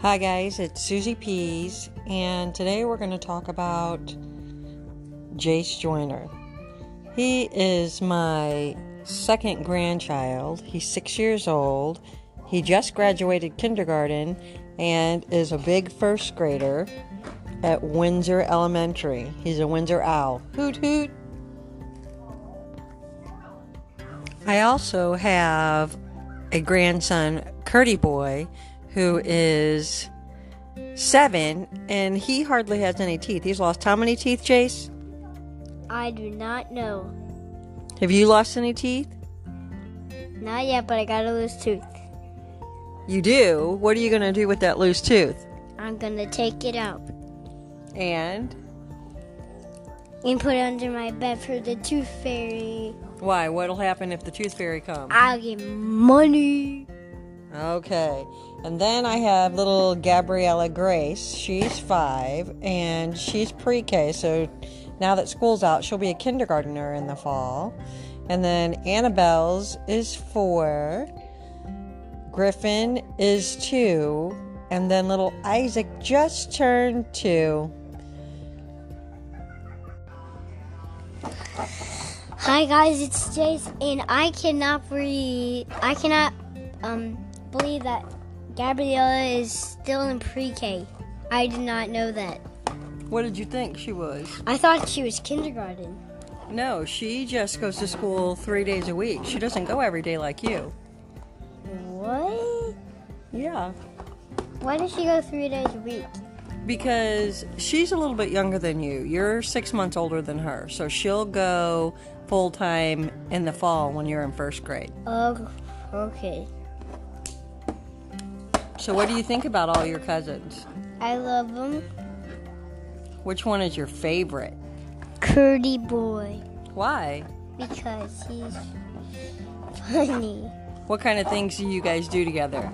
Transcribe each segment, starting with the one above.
Hi, guys, it's Susie Pease, and today we're going to talk about Jace Joyner. He is my second grandchild. He's six years old. He just graduated kindergarten and is a big first grader at Windsor Elementary. He's a Windsor Owl. Hoot hoot! I also have a grandson, Curdy Boy, who is seven, and he hardly has any teeth. He's lost how many teeth, Chase? I do not know. Have you lost any teeth? Not yet, but I got a loose tooth. You do. What are you going to do with that loose tooth? I'm gonna take it out And and put it under my bed for the tooth fairy. why? What'll happen if the tooth fairy comes? I'll get money. Okay. And then I have little Gabriella Grace. She's five and she's pre K. So now that school's out, she'll be a kindergartner in the fall. And then Annabelle's is four. Griffin is two. And then little Isaac just turned two. Hi guys, it's Jace, and I cannot breathe. I cannot um believe that Gabriella is still in pre-K. I did not know that. What did you think she was? I thought she was kindergarten. No, she just goes to school three days a week. She doesn't go every day like you. What? Yeah. Why does she go three days a week? because she's a little bit younger than you. You're six months older than her, so she'll go full time in the fall when you're in first grade. Oh, okay. So, what do you think about all your cousins? I love them. Which one is your favorite? Curdy boy. Why? Because he's funny. What kind of things do you guys do together?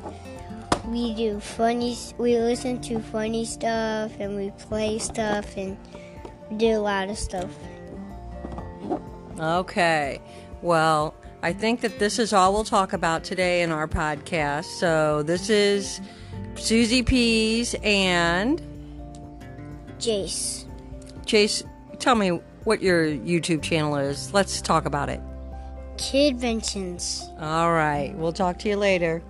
We do funny. s- We listen to funny stuff and we play stuff and do a lot of stuff. Okay. Well, I think that this is all we'll talk about today in our podcast. So, this is Susie Pease and Jace, Chase. Tell me what your YouTube channel is. Let's talk about it. kidventions. All right. We'll talk to you later.